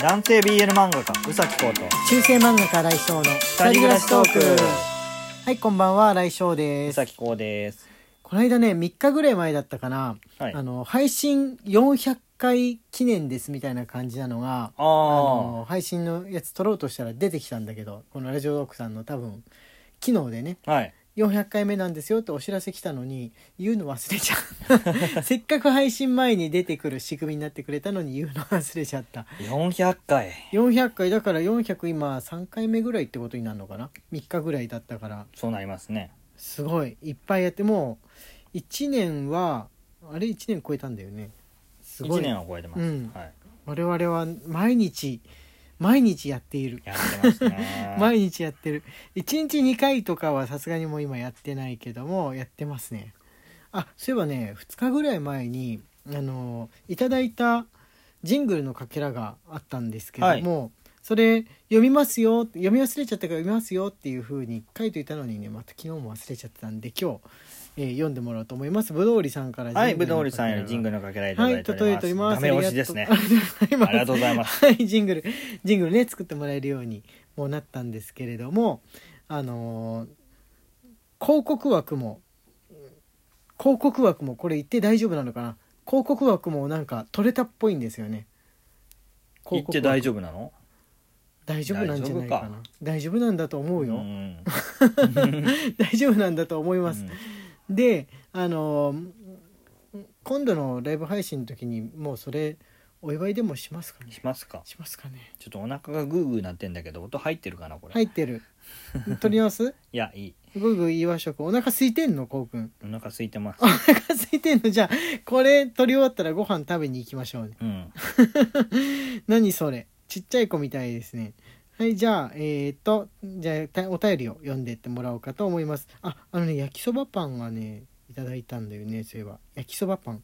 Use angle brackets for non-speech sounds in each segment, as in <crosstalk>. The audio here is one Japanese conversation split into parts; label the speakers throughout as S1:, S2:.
S1: 男性 BL 漫画家宇崎浩と
S2: 中世漫画家来翔の二人暮らしトークはいこんばんは来翔で
S1: 宇
S2: す
S1: 崎浩です
S2: この間ね3日ぐらい前だったかな、
S1: はい
S2: あの配信400回記念ですみたいな感じなのが
S1: あ
S2: あ
S1: ー
S2: の配信のやつ撮ろうとしたら出てきたんだけどこのラジオドークさんの多分機能でね
S1: はい
S2: 400回目なんですよってお知らせ来たのに言うの忘れち <laughs> ゃうせっかく配信前に出てくる仕組みになってくれたのに言うの忘れちゃった
S1: 400回
S2: 400回だから400今3回目ぐらいってことになるのかな3日ぐらいだったから
S1: そうなりますね
S2: すごいいっぱいやってもう1年はあれ1年超えたんだよねすご
S1: 1
S2: い
S1: 年は超えてます、
S2: うん
S1: はい、
S2: 我々は毎日毎日やっている
S1: やってますね
S2: <laughs> 毎日やってる1日2回とかはさすがにもう今やってないけどもやってますねあそういえばね2日ぐらい前にあのいただいたジングルのかけらがあったんですけども、それ読みますよ読み忘れちゃったから読みますよっていう風に書いていたのにねまた昨日も忘れちゃってたんで今日、えー読んでもらおうと思いますぶどうりさんから
S1: はい
S2: ジン
S1: ぶ
S2: グル
S1: ど
S2: の
S1: うり
S2: かけ
S1: さ
S2: ら
S1: ん
S2: が
S1: よりジングルのかけられてい
S2: は
S1: ただ
S2: い、
S1: いてお
S2: 届
S1: り
S2: い
S1: ま
S2: て
S1: す,、
S2: おります。
S1: ダメ押しですね
S2: ありが
S1: あり
S2: とうございます。
S1: がとうございます
S2: はい、ジングル、ジングルね、作ってもらえるようにもうなったんですけれども、あのー広告枠も、広告枠も、これ言って大丈夫なのかな広告枠もなんか取れたっぽいんですよね。
S1: 言っ
S2: <laughs> 広告
S1: て
S2: 枠
S1: 大丈夫なの
S2: 大丈夫なんじゃないかな
S1: 大丈夫。
S2: 大丈夫なんだと思うよ。
S1: うん
S2: 大丈夫なんだと思いうます。
S1: ん
S2: であのー今度のライブ配信の時にもうそれお祝いでもしますかね
S1: しますか
S2: しますかね
S1: ちょっとお腹がグーグーなってんだけど音入ってるかなこれ、
S2: 入っ
S1: <laughs>
S2: てる取り直す
S1: いやいい
S2: グーグー言いましょうかお腹空いてんのこうくん
S1: お腹空いてます
S2: お腹 <laughs> 空いてんのじゃあこれ取り終わったらご飯食べに行きましょうね
S1: うん
S2: 何それちっちゃい子みたいですねはいじゃあえー、っとじゃあたお便りを読んでってもらおうかと思いますああのね焼きそばパンがねいただいたんだよねそういえば焼きそばパン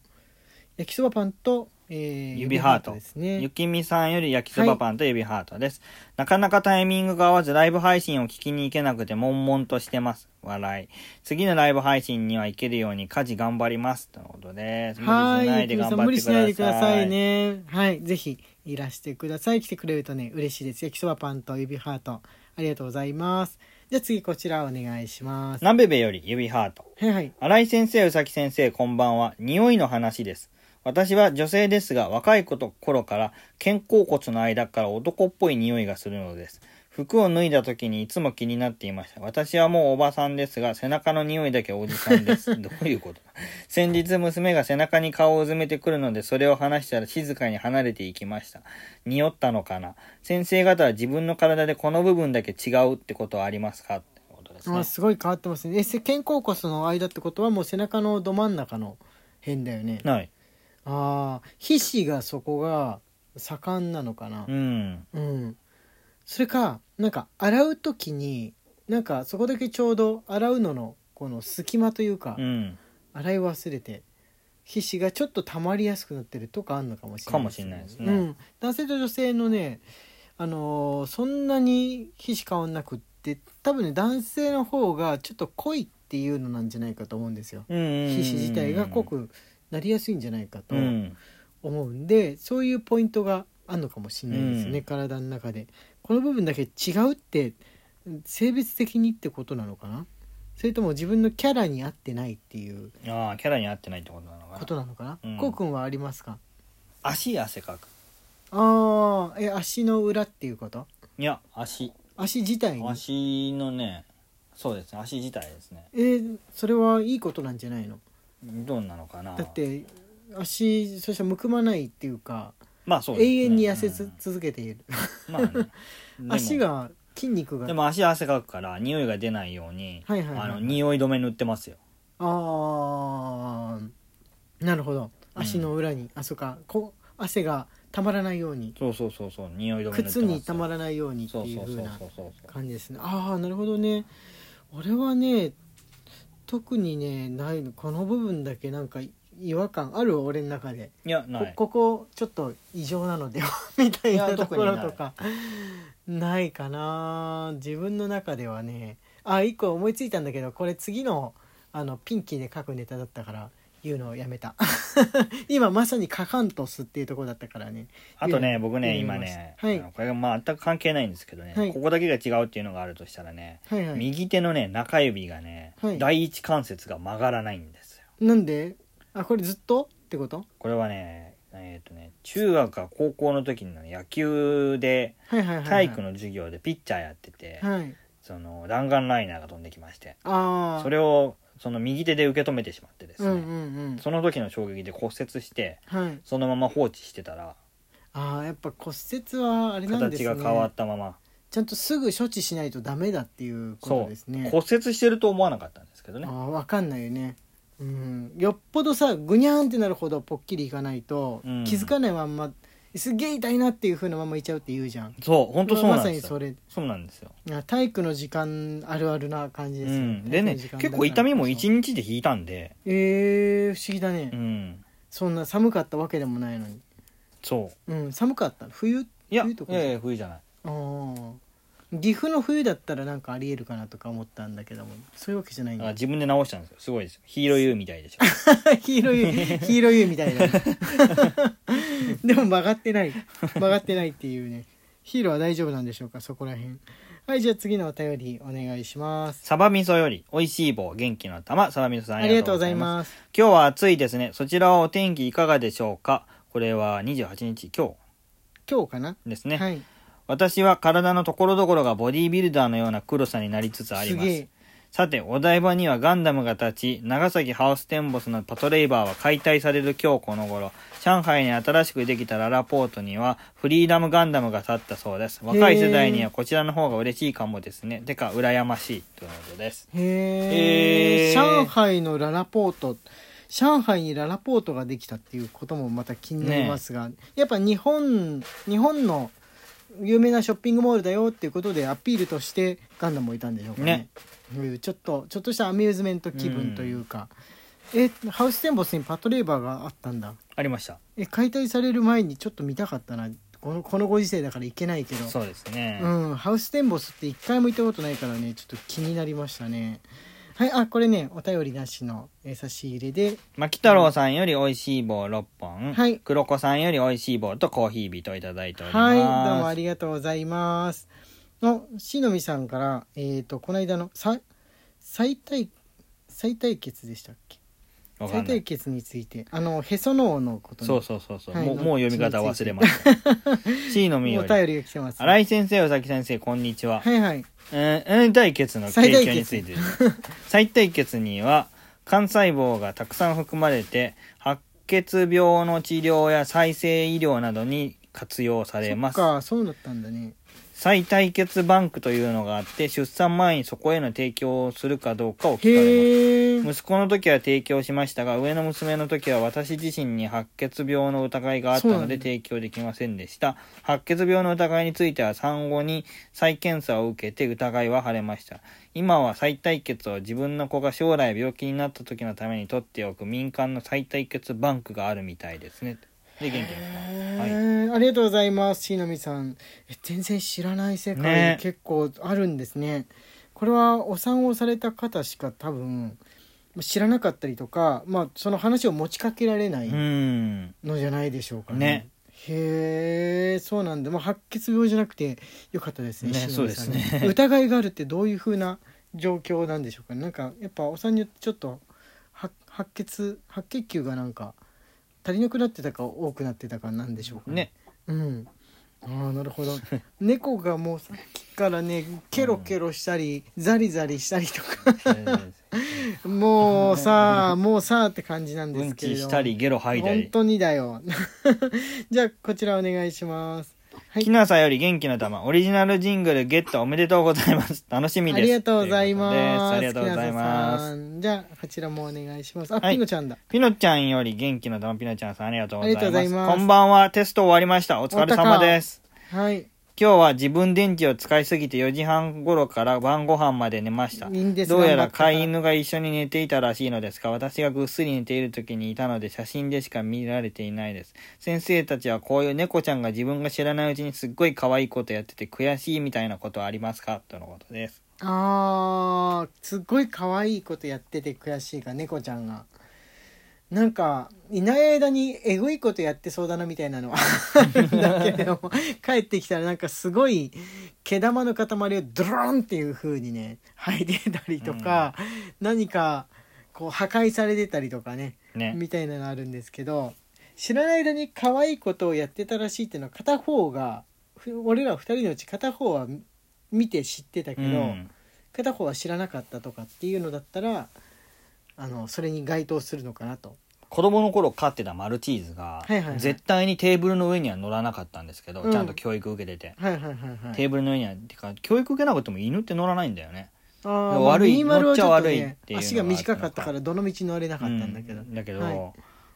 S2: 焼きそばパンと、えー
S1: 指ハート
S2: ですね
S1: ゆきみさんより焼きそばパンと指ハートです、なかなかタイミングが合わずライブ配信を聞きに行けなくて悶々としてます笑い次のライブ配信には行けるように家事頑張りますとのことです無理
S2: は、
S1: しないいで
S2: ゆきみ
S1: 頑
S2: さん
S1: 張
S2: 無
S1: ってください
S2: 理しないでくださいね。はい、ぜひいらしてください。来てくれるとね、嬉しいです。焼きそばパンと指ハート、ありがとうございます。じゃあ次こちらお願いします。
S1: なべべより指ハート
S2: はいはい。
S1: 新井先生、宇崎先生、こんばんは。匂いの話です。私は女性ですが、若いこと頃から肩甲骨の間から男っぽい匂いがするのです。服を脱いだ時にいつも気になっていました。私はもうおばさんですが、背中の匂いだけおじさん <laughs> です。どういうことだ先日娘が背中に顔をうずめてくるので、それを話したら静かに離れていきました。匂ったのかな先生方は自分の体でこの部分だけ違うってことはありますかってことですね。
S2: あすごい変わってますね。え、せ肩甲骨の間ってことはもう背中のど真ん中の辺だよね。
S1: ない。
S2: ああ、皮脂がそこが盛んなのかな
S1: う。ん。
S2: うん。それか、なんか洗うときに、なんかそこだけちょうど洗うののこの隙間というか、
S1: うん。
S2: 洗い忘れて皮脂がちょっと溜まりやすくなってるとかあんのかもしれない
S1: かもしれないですね
S2: うん、男性と女性のね、あのーそんなに皮脂変わんなくって多分ね男性の方がちょっと濃いっていうのなんじゃないかと思うんですよ。
S1: うんうんうん
S2: 皮
S1: うん
S2: 脂自体が濃くなりやすいんじゃないかと
S1: うん
S2: 思うんで、そういうポイントがあるのかもしれないですね、
S1: うん
S2: 体の中で。この部分だけ違うって性別的にってことなのかなそれとも自分のキャラに合ってないっていう
S1: ああキャラに合ってないってことなのか
S2: こ
S1: な
S2: となのかな、
S1: うん
S2: こうくんはありますか
S1: 足汗かく
S2: ああえ足の裏っていうこと
S1: いや足
S2: 足自体に
S1: 足のねそうですね足自体ですね
S2: えーそれはいいことなんじゃないの
S1: どうなのかな
S2: だって足そしたらむくまないっていうか
S1: まあそうですね
S2: 永遠に痩せつ、
S1: うん
S2: 続けている
S1: まあねでも
S2: <laughs> 足が筋肉が
S1: でも足汗かくから匂いが出ないように
S2: はいはいは
S1: あ
S2: い
S1: の匂い止め塗ってますよ
S2: ああなるほど
S1: うん
S2: 足の裏に、あそうかこ汗がたまらないように
S1: そうそうそうそう匂い止め塗ってます
S2: 靴にたま
S1: ら
S2: らないようにって
S1: そう
S2: い
S1: そうう
S2: ふ
S1: そうう
S2: な
S1: そうそう
S2: 感じですねああなるほどね俺はね特にねないのこの部分だけなんか違和感ある俺の中で、
S1: いやない
S2: こここちょっと異常な
S1: <laughs>
S2: のではみたい
S1: い
S2: な
S1: や
S2: と
S1: 特
S2: こ
S1: にない
S2: ろとかないかな自分の中ではねあ一個思いついたんだけどこれ次のあのピンキーで書くネタだったから言うのをやめた <laughs> 今まさにカカントスっていうところだったからね
S1: あとね
S2: うん
S1: 僕ね
S2: うん
S1: 今ね、
S2: はい
S1: あのこれがまあ全く関係ないんですけどね、
S2: はい
S1: ここだけが違うっていうのがあるとしたらね、
S2: はいはい
S1: 右手のね中指がね、
S2: はい
S1: 第一関節が曲がらないんですよ
S2: なんであこれずっとってこと
S1: これはねえっ、とね中学か高校の時の野球で
S2: はいはいはい、はい、
S1: 体育の授業でピッチャーやってて、
S2: はい
S1: その弾丸ライナーが飛んできまして
S2: ああ
S1: それをその右手で受け止めてしまってです
S2: う
S1: ね、
S2: んうんうん
S1: その時の衝撃で骨折して
S2: はい
S1: そのまま放置してたら
S2: ああやっぱ骨折はあれなんです
S1: 形
S2: ね
S1: が変わったまま、
S2: ちゃんとすぐ処置しないとダメだっていうこ
S1: そ
S2: と
S1: う
S2: ですね
S1: 骨折してると思わなかったんですけどね
S2: ああ分かんないよねうんよっぽどさぐにゃーんってなるほどポッキリいかないと、
S1: うん
S2: 気づかないまんますげえ痛いなっていうふうなままいちゃうって言うじゃん
S1: そう本当そうな
S2: ま
S1: ん
S2: さ
S1: で
S2: に
S1: す
S2: そ
S1: よ、
S2: れ
S1: そうなんですよ、
S2: あ体育の時間あるあるな感じ
S1: う
S2: ですよ、
S1: ん、でね
S2: 体育の時間だ
S1: 結構痛みも1
S2: からこ
S1: 日で引いたんで
S2: そえー、不思議だね、
S1: うん
S2: そんな寒かったわけでもないのに
S1: そう
S2: うん寒かった
S1: い
S2: 冬
S1: や
S2: 冬
S1: い
S2: とか
S1: やいや冬じゃない
S2: あー岐阜の冬だったらなんかありえるかなとか思ったんだけどもそういうわけじゃないん
S1: だから
S2: だ
S1: 自分で直したんですよすごいですよヒーロー U みた <laughs> いでしょ
S2: <laughs> ヒーローユーヒーローユーみたいな <laughs> でも曲がってない曲がってないっていうねヒーローは大丈夫なんでしょうかそこら辺はいじゃあ次のお便りお願いします
S1: サバ味噌より美味しい棒元気の玉サバ味噌さん
S2: あ
S1: あ
S2: り
S1: り
S2: が
S1: が
S2: と
S1: と
S2: う
S1: うご
S2: ござ
S1: ざ
S2: い
S1: います
S2: ます
S1: 今日は暑いですねそちらはお天気いかがでしょうかこれは28日今
S2: 今日かな、
S1: 日ですね、
S2: はい
S1: 私は体のところどころがボディービルダーのような黒さになりつつあります
S2: げえ
S1: さてお台場にはガンダムが立ち長崎ハウステンボスのパトレイバーは解体される今日この頃上海に新しくできたララポートにはフリーダムガンダムが立ったそうです若い世代にはこちらの方が嬉しいかもですねてか羨ましいということです
S2: へえ
S1: へー
S2: 上海のララポート上海にララポートができたっていうこともまた気になりますが、やっぱ日本日本の有名なショッピングモールだよっていうことでアピールとしてガンダムもいたんでしょうかね
S1: ね
S2: こういうちょっとちょっとしたアミューズメント気分というか、えハウステンボスにパトレーバーがあったんだ
S1: ありました
S2: え解体される前にちょっと見たかったなこのこのご時世だから行けないけど
S1: そうですね、
S2: うん、ハウステンボスって一回も行ったことないからねちょっと気になりましたねはいあこれねお便りなしのえー差し入れで
S1: 牧太郎さんより美味しい棒6本、
S2: はい
S1: 黒子さんより美味しい棒とコーヒービートをいただいておりま
S2: は
S1: す
S2: いどうもありがとうございますのしのみさんからえっ、とこの間のさ再対再対決でしたっけ
S1: わか
S2: 再
S1: んな
S2: 対
S1: い
S2: 決についてあのへその緒のことに
S1: そうそうそうそう、
S2: はい
S1: もう
S2: の
S1: もう読み方忘れました C のみよ
S2: お
S1: り
S2: 便りが来てます
S1: 新
S2: は
S1: 井先生、宇崎先生、こんにちは。
S2: いはい
S1: うん、うん、対決の
S2: 再
S1: 提
S2: 対
S1: 供に
S2: 決
S1: ついてです。
S2: <laughs>
S1: 再対決には、幹細胞がたくさん含まれて、白血病の治療や再生医療などに活用され
S2: そっ
S1: ます。
S2: かそうだったんだね
S1: 再対決バンクというのがあって、出産前にそこへの提供をするかどうかを聞かれます。
S2: へえ
S1: 息子の時は提供しましたが上の娘の時は私自身に白血病の疑いがあった
S2: そうな
S1: の
S2: んだ
S1: で提供できませんでした白血病の疑いについては産後に再検査を受けて疑いは晴れました今は再対決を自分の子が将来病気になった時のために取っておく民間の再対決バンクがあるみたいですねで元気ですか、はい、
S2: へーありがとうございますしのみさんえ全然知らない世界
S1: ね
S2: 結構あるんですねこれはお産をされた方しか多分知らなかったりとか、まあ、その話を持ちかけられな
S1: う
S2: い
S1: ーん
S2: のじゃないでしょうかね
S1: ね
S2: へえそうなんだ、まあ、白血病じゃなくてよかったですね
S1: ね
S2: しのみさ
S1: そ
S2: んね
S1: うですね
S2: 疑いがあるってどういうふうな状況なんでしょうかねなんかやっぱお産によってちょっと白白血白血球がなんか足りなくなってたか多くなってたかなんでしょうか
S1: ね
S2: うん、ああなるほど猫がもうさっきからねケロケロしたり、ザリザリしたりとかもうさあもうさあって感じなんで
S1: うん
S2: すけれ
S1: ち
S2: ど
S1: したりゲロ吐いた
S2: 本
S1: り
S2: 当にだよ <laughs> じゃあこちらお願いしますはい
S1: きなさより元気の玉オリジナルジングルゲットおめでとうござい
S2: <laughs>
S1: ます楽しみ
S2: あ
S1: です
S2: りがとうございます
S1: ということですありがとうござい
S2: きな
S1: ま
S2: さ
S1: す
S2: んじゃあこちらもお願いしますあ、
S1: はい
S2: ピノちゃんだ
S1: ピノちゃんより元気の玉ピノちゃんさんありがとうござい
S2: ありがと
S1: ます
S2: うございます
S1: こんばんはテスト終わりましたお疲れ様です
S2: はい
S1: 今日は自分電池を使いすぎて4時半頃から晩ご飯まで寝ました
S2: いいんです
S1: どうや
S2: 頑張っ
S1: ら
S2: たから
S1: 飼い犬が一緒に寝ていたらしいのですが私がぐっすり寝ている時にいたので写真でしか見られていないです先生たちはこういう猫ちゃんが自分が知らないうちにすっごい可愛いことやってて悔しいみたいなことはありますかとのことです
S2: あーすっごい可愛いことやってて悔しいが猫ちゃんがなんかいない間にえぐいことやってそうだなみたいなのはあるんだけども帰ってきたらなんかすごい毛玉の塊をドローンっていう風にね吐いてたりとか、何かこう破壊されてたりとかね
S1: ね
S2: みたいなのあるんですけど知らない間に可愛いことをやってたらしいっていうのは片方がふ俺ら2人のうち片方は見て知ってたけ
S1: う
S2: ど、
S1: ん
S2: 片方は知らなかったとかっていうのだったらあのそれに該当するのかなと。
S1: 子供の頃飼ってたマルチーズが
S2: はいはいはい
S1: 絶対にテーブルの上には乗らなかったんですけど、
S2: うん
S1: ちゃんと教育受けてて、
S2: はいはいはいはい
S1: テーブルの上にはてか教育受けなくても犬って乗らないんだよね
S2: あーまあ
S1: 悪い
S2: ミニマルはちょっと
S1: 乗っちゃ悪いっ
S2: ね
S1: ていうのが
S2: 足が短かったからどの道乗れなかったんだけど、
S1: うんだけど、
S2: はい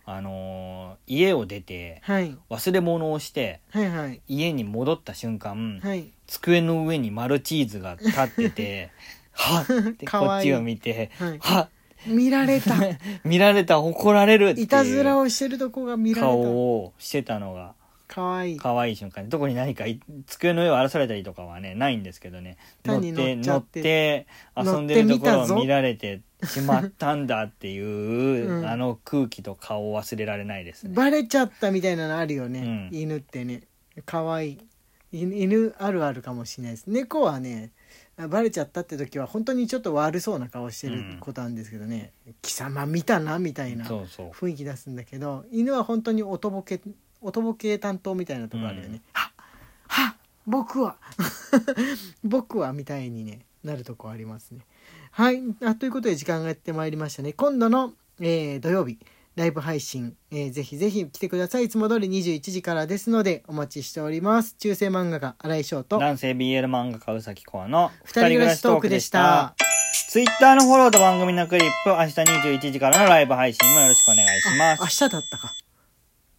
S1: あのー家を出て
S2: はい、
S1: 忘れ物をして
S2: はいはい
S1: 家に戻った瞬間、
S2: はい
S1: 机の上にマルチーズが立って
S2: <laughs>
S1: てはっって
S2: か
S1: こ
S2: わ
S1: っ
S2: いい
S1: ちを見て
S2: はい
S1: は <laughs> っ
S2: 見られた
S1: 見られた怒られるってい
S2: いたずら
S1: う
S2: をしてるとこが見ら
S1: 顔
S2: れ
S1: をしてたのが
S2: たかわいい
S1: 可愛い瞬間で特に何かい机の上を荒らされたりとかはねないんですけどね乗
S2: 単
S1: っ
S2: に
S1: て
S2: 乗っちゃ
S1: 乗っ
S2: って
S1: て遊んでるところを見られてしまったんだっていう、
S2: うん
S1: あの空気と顔を忘れられないですね。
S2: バレちゃったみたいなのあるよね、
S1: うん
S2: 犬ってね可愛い犬犬あるあるかもしれないです猫はねバレちゃったって時は本当にちょっと悪そうな顔してることなんですけどね、貴様見たなみたいな
S1: そうそう
S2: 雰囲気出すんだけど犬は本当におとぼけおとぼけ担当みたいなとこあるよね、
S1: うん
S2: はっはっ僕は <laughs> 僕はみたいに、ね、なるとこありますね。はいあということで時間がやってまいりましたね今度の、えー土曜日ライブ配信、えーぜひぜひ来てくださいいつも通り21時からですのでお待ちしております中世漫画家新井翔と
S1: 男性 BL 漫画家うさきこあの
S2: 二人暮らしトークでした。
S1: ツイッターのフォローと番組のクリップ、明日21時からのライブ配信もよろしくお願いしま
S2: 明
S1: す。
S2: 日だったか